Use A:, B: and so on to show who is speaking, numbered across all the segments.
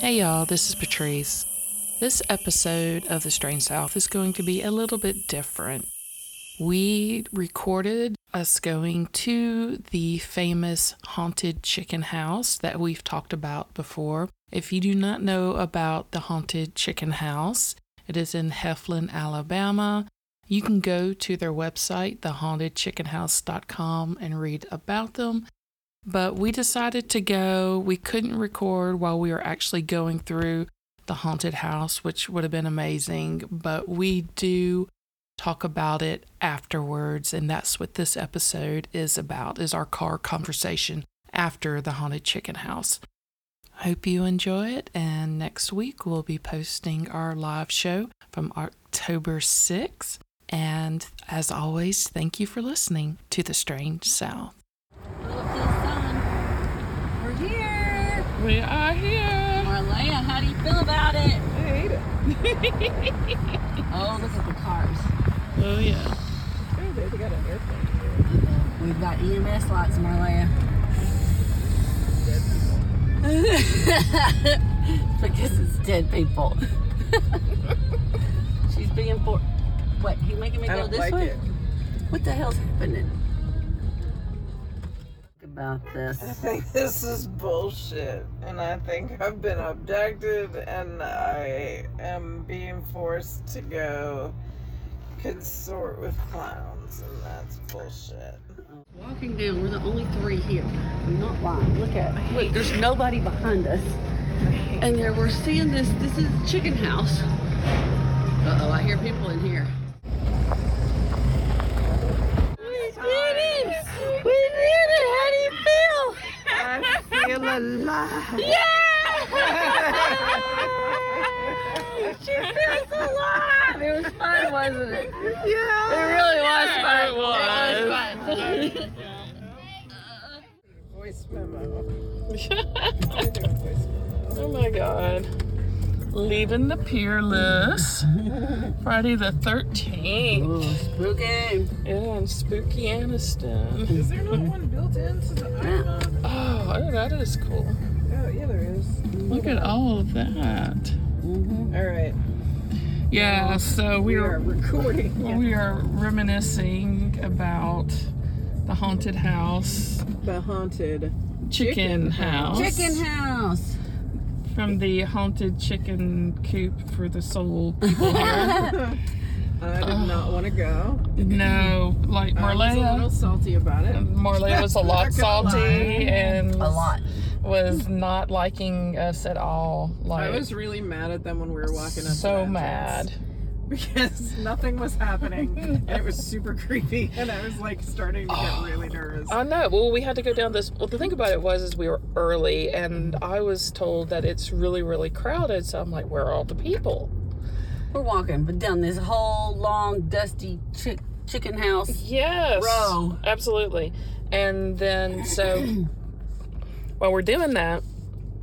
A: Hey y'all, this is Patrice. This episode of The Strange South is going to be a little bit different. We recorded us going to the famous haunted chicken house that we've talked about before. If you do not know about the haunted chicken house, it is in Heflin, Alabama. You can go to their website, thehauntedchickenhouse.com, and read about them. But we decided to go. We couldn't record while we were actually going through the haunted house, which would have been amazing. But we do talk about it afterwards and that's what this episode is about is our car conversation after the haunted chicken house hope you enjoy it and next week we'll be posting our live show from october 6th and as always thank you for listening to the strange south
B: Look to the sun. We're here.
A: we are here
B: Marlena, how do you feel about it? I hate it. oh, look at the cars.
A: oh yeah
B: We've got EMS lights, Marlena. because it's dead people. She's being for. What? He making me go this way? What the hell's happening? About this.
C: I think this is bullshit, and I think I've been abducted, and I am being forced to go consort with clowns, and that's bullshit.
B: Walking down, we're the only three here. I'm not lying. Look at look. There's nobody behind us. And there we're seeing this. This is chicken house. Uh oh, I hear people in here. We did it! We did it! How do you feel?
C: I feel alive.
B: Yeah! she feels alive. It was fun, wasn't it? It
C: Yeah.
B: really was fun. It was fun.
C: Voice memo.
A: Oh my god. Leaving the peerless. Friday the 13th.
B: Spooky.
A: Yeah, in spooky Anniston.
C: Is there not one built into the iPhone?
A: Oh, oh, that is cool.
C: Oh, yeah, there is.
A: Look at all of that.
C: All right.
A: Yeah, so we are
C: recording.
A: we are reminiscing about the haunted house,
C: The haunted.
A: chicken, house,
B: Chicken house.
A: from the haunted chicken coop for the soul people here.
C: I did not want to go.
A: no, like
C: I was a little
A: Marlea.
C: salty about it.
A: Marlea was a lot
C: Not gonna
A: salty
C: lie.
A: and
B: A lot.
A: was not liking us at all. Like
C: I was really mad at them when we were walking up. to
A: so
C: that
A: mad.
C: because nothing was happening and it was super creepy and I was like starting to get really nervous.
A: I know. Well, we had to go down this. Well, the thing about it was, is we were early, and I was told that it's really, really crowded. So I'm like, where are all the people?
B: We're walking but down this whole long, dusty chick, chicken house.
A: Yes.
B: Row.
A: Absolutely. And then so while we're doing that,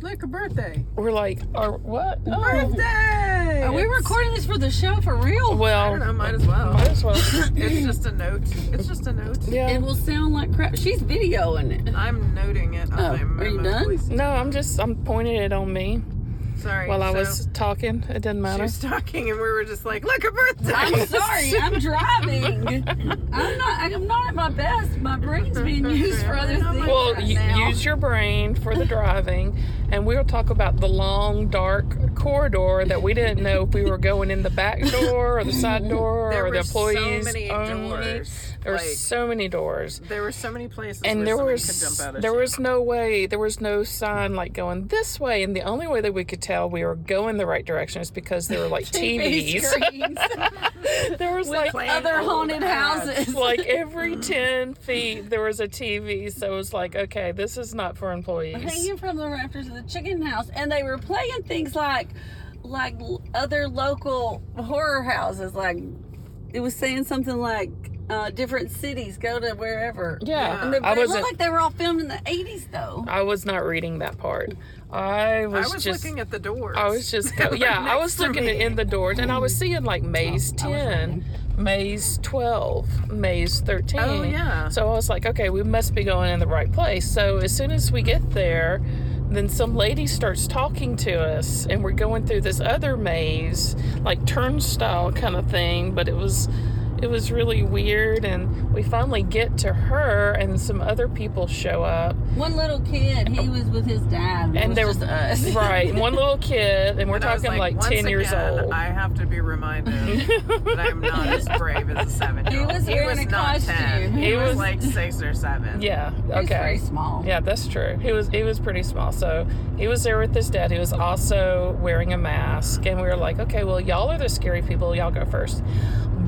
C: Like a birthday.
A: we're like, are what? Oh.
C: Birthday!
B: Are we recording this for the show for real?
C: I don't
A: Well,
C: know, might as well.
A: might as well.
C: It's just a note. It's just a note.
A: Yeah.
B: It will sound like crap. She's videoing it.
C: I'm noting it on
B: Oh,
C: my
B: are
C: memo.
B: you done?
C: please.
A: No, I'm just I'm pointing it on me
C: Sorry.
A: while I
C: so
A: was talking. It doesn't
C: She
A: matter.
C: was talking and we were just like, look a birthday!
B: I'm sorry, I'm driving. I'm not. I'm not at my best. My brain's being used for other things
A: Well,
B: right
A: you,
B: now.
A: use your brain for the driving, and we'll talk about the long, dark corridor that we didn't know if we were going in the back door or the side door
C: there
A: or
C: were
A: the employees
C: so many
A: only.
C: doors.
A: There were
D: Like-
A: so many doors.
D: There were so many places
A: And
D: where
A: there
D: somebody
A: was
D: could jump out at
A: there
D: you.
A: was no way there was no sign like going this way and the only way that we could tell we were going the right direction is because there were like TVs.
B: Screens.
A: there was like
B: Other haunted houses.
A: like every 10 feet there was a tv so it was like okay this is not for employees
B: hanging from the rafters of the chicken house and they were playing things like like l- other local horror houses like it was saying something like uh, different cities go to wherever
A: yeah,
B: and they,
A: i
B: it looked
A: wasn't
B: like they were all filmed in the 80s though
A: i was not reading that part i
D: I
A: was,
D: was
A: just
D: looking at the doors.
A: i was just go, yeah i was looking in the doors and i was seeing like maze 10 maze 12 maze 13
D: Oh, yeah.
A: so i was like okay we must be going in the right place so as soon as we get there then some lady starts talking to us and we're going through this other maze like turnstile kind of thing but it was it was really weird and we finally get to her and some other people show up
B: one little kid he was with his dad and,
A: And
B: it
A: they were-
B: was just us
A: right and one little kid and we're
D: And I was
A: talking like,
D: "Once
A: 10 years
D: again,
A: old
D: I have to be reminded that I'm not as brave as a seven year old.
B: He was wearing a
D: not
B: costume.
D: 10. He,
A: He
D: was,
A: was-
D: like six or seven.
A: yeah
B: He was
A: okay
B: very small
A: Yeah, that's true. He was he was pretty small. So he was there with his dad. He was also wearing a mask, and we were like, okay, well, y'all are the scary people. Y'all go first.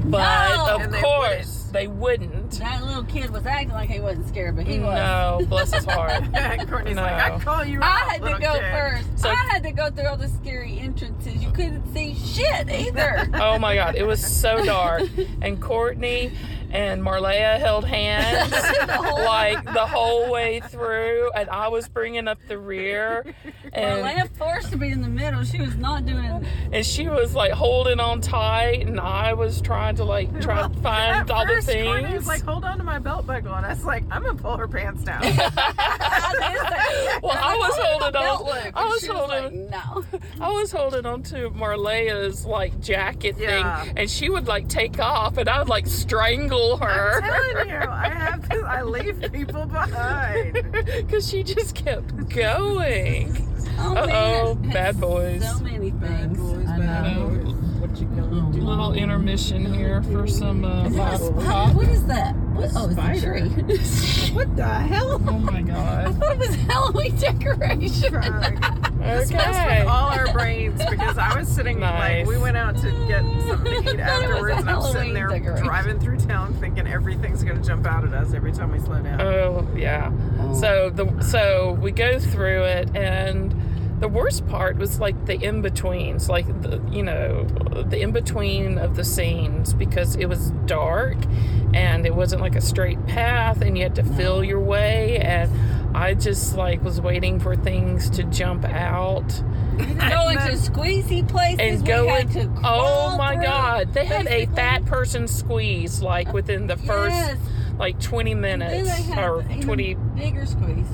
A: But
B: No!
A: of
D: And they
A: course, they wouldn't.
B: that little kid was acting like he wasn't scared but he was
A: No, bless his heart.
D: Courtney's like,
A: No.
D: I call you out,
B: I had to
D: little
B: go
D: kid."
B: first.
A: So-
B: I had to go through all the scary entrances. You couldn't see shit either.
A: Oh my God, it was so dark. And Courtney and Marlea held hands like the whole way through, and I was bringing up the rear. And
B: Leia forced to be in the middle. She was not doing.
A: and she was like holding on tight, and I was trying to like try to find
D: At
A: all the
D: first, Courtney
A: things.
D: was like, hold on to my belt buckle. And I was like, I'm going to pull her pants down.
B: I did say-
A: Well, I was holding
B: Belt
A: on.
B: loop.
A: I
B: And
A: was
B: she like,
A: holding.
B: no.
A: I was holding on to Marlea's like jacket
D: Yeah.
A: thing, and she would like take off, and I would like strangle
D: I'm telling
A: her
D: you, I have to, I leave people behind.
A: because she just kept going.
B: Oh,
A: Uh-oh,
B: man.
A: bad boys.
B: So many things. I know.
D: What you gonna do?
A: Little intermission here for some uh,
B: Is that a
A: live
B: spider?
A: pop.
B: What is that? What, oh, it's a
D: Spider.
B: tree.
D: What the hell?
A: Oh my god.
B: What was Halloween decoration?
D: This messed with
A: Okay.
D: all our brains because I was sitting
A: Nice.
D: like we went out to get something to eat
B: I thought it was
D: afterwards, and I'm sitting
B: Halloween
D: there
B: decoration.
D: driving through town thinking everything's gonna jump out at us every time we slow down.
A: Oh yeah. So the so we go through it, and the worst part was like the in betweens, like the you know the in between of the scenes because it was dark, and it wasn't like a straight path, and you had to feel your way, and I just like was waiting for things to jump out
B: going to squeezy places.
A: and
B: we
A: going.
B: had to
A: Oh
B: crawl
A: my
B: through.
A: God! They had a
B: Basically-
A: fat person squeeze like within the first
B: Yes.
A: like twenty
B: Then
A: minutes
B: they had
A: or
B: the even
A: twenty
B: bigger squeeze.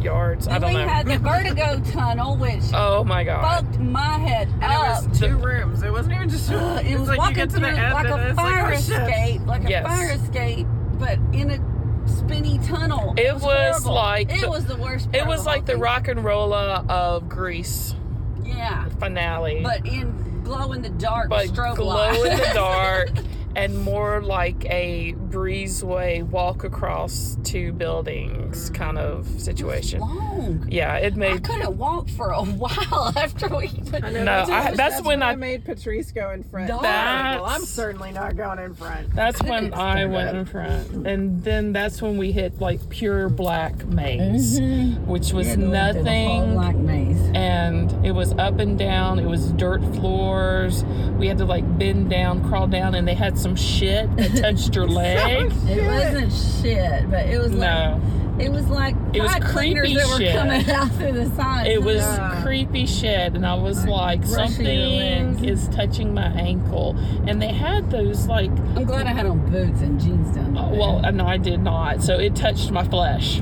A: yards. I
B: Then
A: don't
B: we
A: know.
B: had the vertigo tunnel, which
A: oh my god.
B: fucked my head
D: And it
B: up.
D: was two rooms. It wasn't even just.
B: Ugh,
D: it's
B: it was
D: like you
B: walking
D: get to
B: through
D: the end
B: like
D: and
B: a
D: it's
B: fire
D: like, oh, shit.
B: escape, like
A: Yes.
B: a fire escape, but in a spinny tunnel.
A: It was
B: horrible.
A: like
B: it
A: the-
B: was the worst.
A: It
B: part
A: was
B: of whole
A: like the
B: thing.
A: rock and rolla of Greece
B: Yeah,
A: finale.
B: but in glow in the dark
A: but
B: strobe
A: glow
B: light.
A: in the dark and more like a breezeway walk across two buildings kind of situation.
B: Long.
A: Yeah, it
B: Mm. Oh, I
A: made
B: couldn't walk for a while after we.
D: know,
A: No, I-
D: what-
A: that's when I-
D: made Patrice go in front.
B: Dog.
D: Well, I'm
A: That's-
D: certainly not going in front.
A: that's when I went in front. And then that's when we hit like pure black maze,
B: Mm-hmm.
A: which was nothing
B: Black maze.
A: and it was up and down. It was dirt floors. We had to like bend down, crawl down, and they had some shit that touched your leg.
B: It wasn't shit, but it was like
A: No,
B: it was like
A: It was
B: pipe cleaners
A: creepy
B: that were
A: shit.
B: coming out through the sides.
A: it
B: of
A: was
B: the-
A: creepy shit, and I was like,
B: brushing your
A: something is touching my ankle, and they had those like.
B: I'm glad I had on boots and jeans down there.
A: Well, no, I did not. So it touched my flesh.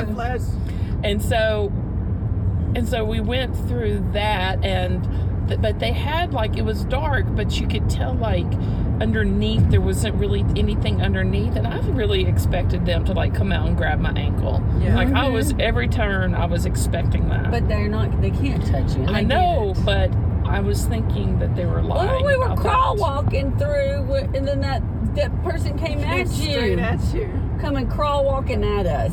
B: Oh,
D: flesh.
A: and so and so we went through that and th- but they had like it was dark but you could tell like underneath there wasn't really anything underneath and i really expected them to like come out and grab my ankle
D: Yeah.
A: like i was every turn i was expecting that
B: Mm-hmm. but they're not. They can't touch you. and
A: i
B: they
A: know
B: didn't.
A: but i was thinking that they were lying
B: Well, we were
A: about
B: crawl
A: that.
B: walking through, wh- and then that that person came at
D: Straight
B: you,
D: at you.
B: come and crawl walking at us.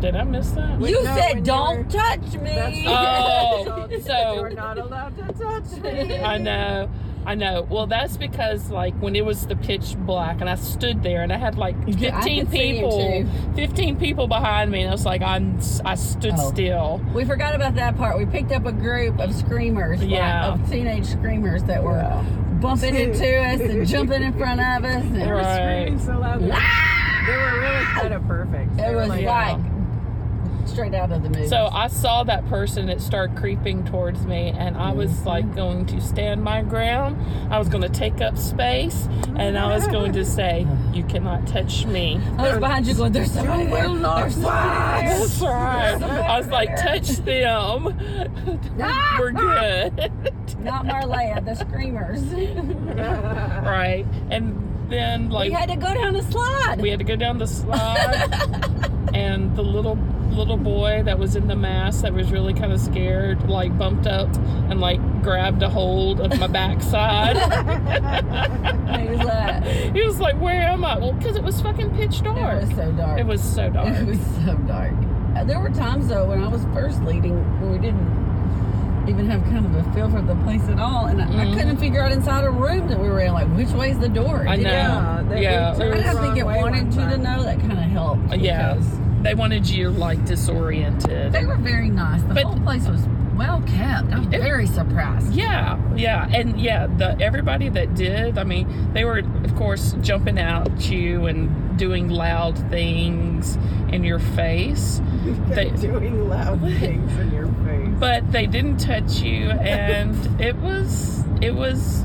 A: Did I miss that?
B: you
D: no, when
B: said,
D: you
B: "Don't
D: were-
B: touch me."
A: Oh,
D: So,
A: so-
D: you're not allowed to
B: Oh,
D: touch me.
A: I know. I know. Well, that's because like when it was the pitch black and I stood there and I had like 15
B: Yeah, I could see you
A: people,
B: too.
A: 15 people behind me and I was like I'm I stood
B: Oh.
A: still.
B: We forgot about that part. We picked up a group of screamers, like,
A: Yeah.
B: of teenage screamers that were bumping into us and jumping in front of us. And
D: They were
A: Right.
D: screaming so loud. They were, they were really kind of perfect. They
B: It
D: were
B: was
D: like,
A: Yeah.
B: like straight out of the movie.
A: So I saw that person that started creeping towards me, and I
B: Mm-hmm.
A: was like going to stand my ground. I was going to take up space, and I was going to say, "You cannot touch me."
B: I was behind you going, "There's somebody
D: you
B: there."
D: will not
B: There's
D: pass.
A: That's right. I was like, "Touch them. We're
B: Ah!
A: good."
B: Not Marlea, the screamers.
A: right, and then
B: we
A: like
B: had to go down a slide.
A: we had to go down the slide, and the little little boy that was in the mask that was really kind of scared, like bumped up and like grabbed a hold of my backside.
B: And he was like, it
A: He was like, "Where am I?" Well, because it was fucking pitch dark.
B: was so dark.
A: It was so
B: It
A: dark.
B: was so dark. Uh, There were times though when I was first leading where we didn't even have kind of a feel for the place at all, and I, I couldn't figure out inside a room that we were in, like which way's the door.
A: Mm-hmm. I
B: Did
A: know.
B: it-
D: Yeah, they
A: Yeah,
D: looked
A: it
D: around.
B: I
A: was-
B: don't think it
D: Wrong way
B: wanted
D: one
B: you to
D: time.
B: know. That kind of helped.
A: Uh, Yeah.
B: because
A: They wanted you like disoriented.
B: they were very nice. The
A: But-
B: whole place was well kept. I'm
A: It-
B: very surprised.
A: Yeah, yeah, and yeah, the everybody that did, I mean, they were of course jumping out at you and doing loud things in your face, They-
D: doing loud things in your face.
A: but they didn't touch you, and it was it was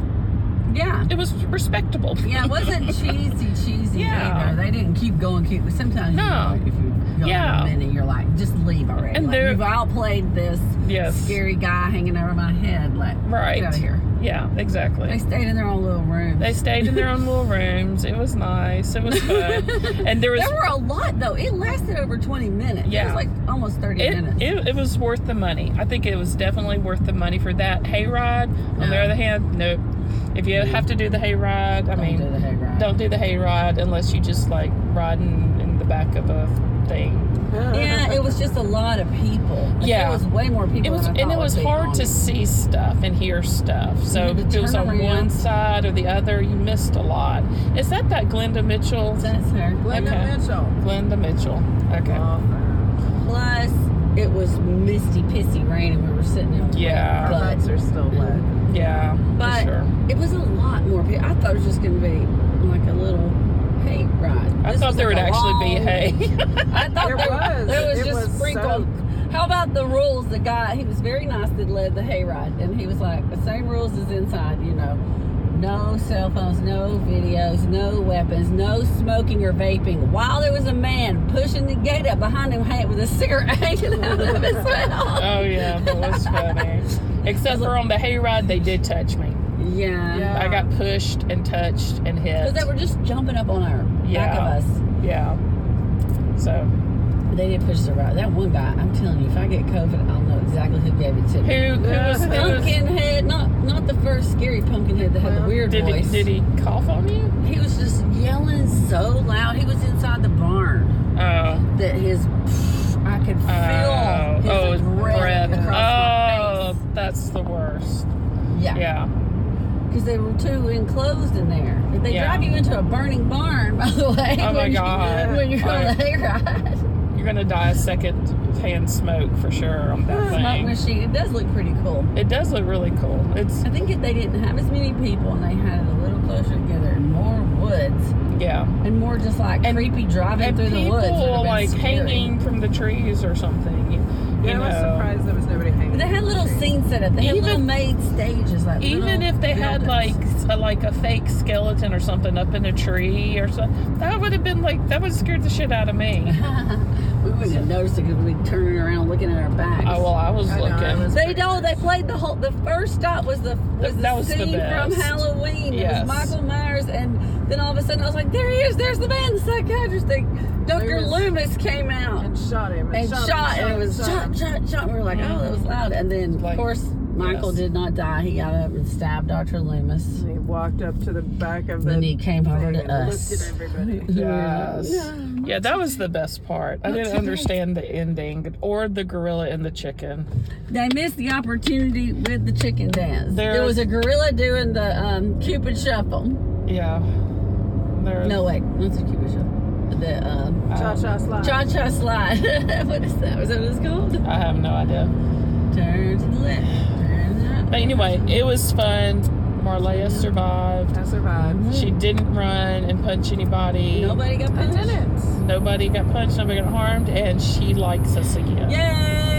B: Yeah.
A: it was respectable.
B: Yeah, it wasn't cheesy, cheesy
A: Yeah.
B: either. They didn't keep going, keep. Sometimes
A: No.
B: you know, if you go
A: Yeah.
B: a minute, you're like, just leave already.
A: And
B: like,
A: they're-
B: you've outplayed this
A: Yes.
B: scary guy hanging over my head. Like,
A: Right.
B: get out of here.
A: Yeah, exactly.
B: They stayed in their own little room.
A: They stayed in their own little rooms. It was nice. It was fun. And there was
B: there were a lot though. It lasted over 20 minutes.
A: Yeah.
B: it was like almost 30 minutes.
A: it, it, it was worth the money. I think it was definitely worth the money for that hayride. On the
B: No.
A: other hand, nope. If you have to do the hayride, I
B: Don't
A: mean,
B: do the hayride.
A: don't do the hayride unless you just like riding in the back of a thing.
B: Yeah, it was just a lot of people. Like,
A: Yeah.
B: there was way more people.
A: It was,
B: than I
A: and it
B: thought
A: was
B: would be
A: hard
B: on
A: to see stuff and hear stuff. So
B: had to
A: if it was
B: turn
A: on
B: around.
A: one side or the other, you missed a lot. Is that that Glenda Mitchell?
B: Oh, That's her.
D: Linda
A: Okay.
D: Mitchell.
A: Glenda Mitchell. Um, Okay.
B: Plus, it was misty, pissy rain, and we were sitting in. the
A: Yeah.
D: Our
B: But-
D: butts are still wet.
A: Yeah,
B: But
A: for sure.
B: it was a lot more people. I thought it was just going to be like a little hay ride.
A: I
B: This
A: thought
B: was
A: there would
B: like a
A: actually be
B: long-
A: hay.
B: I thought
D: There
B: there
D: was.
B: was. There was
D: It
B: just
D: was
B: sprinkled. How about the rules? The guy, he was very nice that led the hayride, and he was like, the same rules as inside, you know. No cell phones, no videos, no weapons, no smoking or vaping. While there was a man pushing the gate up behind him had- with a cigarette hanging out of his mouth.
A: oh yeah, that was funny. Except for on the hayride, they did touch me.
B: Yeah.
D: Yeah.
A: I got pushed and touched and
B: Because
A: hit.
B: they were just jumping up on our back
A: Yeah.
B: of us.
A: yeah. So
B: They did push the right. That one guy, I'm telling you, if I get COVID, I'll know exactly who gave it to
A: who
B: me.
A: who was who was,
B: Pumpkin head, not not the first scary pumpkin head that had the weird
A: did he,
B: voice.
A: did he cough on you?
B: He was just yelling so loud. He was inside the barn
A: Oh,
B: that his I could feel
A: oh,
B: his
A: oh, his
B: breath,
A: breath.
B: across
A: Oh, that's the worst.
B: my face. Yeah,
A: Yeah,
B: because they were too enclosed in there. If they
A: Yeah.
B: drive you into a burning barn, by the way,
A: Oh, my
B: when you-
A: God.
B: when you're on
A: I-
B: a hayride.
A: you're gonna die a second hand smoke for sure on that
B: Smoke
A: thing.
B: machine. It does look pretty cool.
A: It does look really cool. It's
B: I think if they didn't have as many people and they had it a little closer together and more woods
A: yeah.
B: and more just like
A: And-
B: creepy driving
A: and
B: through the
A: people
B: woods. would have been
A: like
B: scary.
A: hanging from the trees or something. You, you
D: Yeah, I was
A: know,
D: surprised there was nobody hanging.
B: But they had little scenes set up. They had
A: Even-
B: little made stages. Like
A: even
B: little
A: if they had like
B: buildings.
A: a, like a fake skeleton or something up in a tree or something, that would have been like that would have scared the shit out of me.
B: we wouldn't have noticed it because we'd be turning around looking at our backs.
A: oh well, I was
D: I know,
A: looking.
D: I was
B: They don't. They played the whole. The first stop was the was
A: Th-
B: the
A: that was the
B: scene from
A: best.
B: Halloween.
A: Yes.
B: It was Michael Myers, and then all of a sudden I was like, "There he is! There's the man, the psychiatrist." They, Doctor
D: was-
B: Loomis came out.
D: and shot him.
B: and shot,
D: him,
B: and it was shot,
D: him.
B: shot, shot. We were like, oh, that was loud. And then,
A: Like-
B: of course, Michael
C: Yes.
B: did not die. He got up and stabbed Dr. Loomis.
D: And he walked up to the back of
B: Then
D: the
B: he came over
D: thing
B: to
D: and looked at
B: us.
D: everybody.
A: Yes. Yeah, that was the best part. I didn't understand the ending or the gorilla and the chicken.
B: They missed the opportunity with the chicken dance. There,
A: There-
B: was a gorilla doing the um, Cupid shuffle.
A: Yeah. There-
B: No, wait, that's a Cupid shuffle. The um,
D: Cha Cha Slide.
B: cha cha slide. what is that? Was that what it's called?
A: I have no idea.
B: Turn to the left. Turn to the right.
A: But anyway, it was fun. Marleya survived.
D: I survived.
A: She didn't run and punch anybody.
B: Nobody got
D: I
B: punched.
D: did it.
A: Nobody got punched, nobody got harmed, and she likes us again.
B: Yay!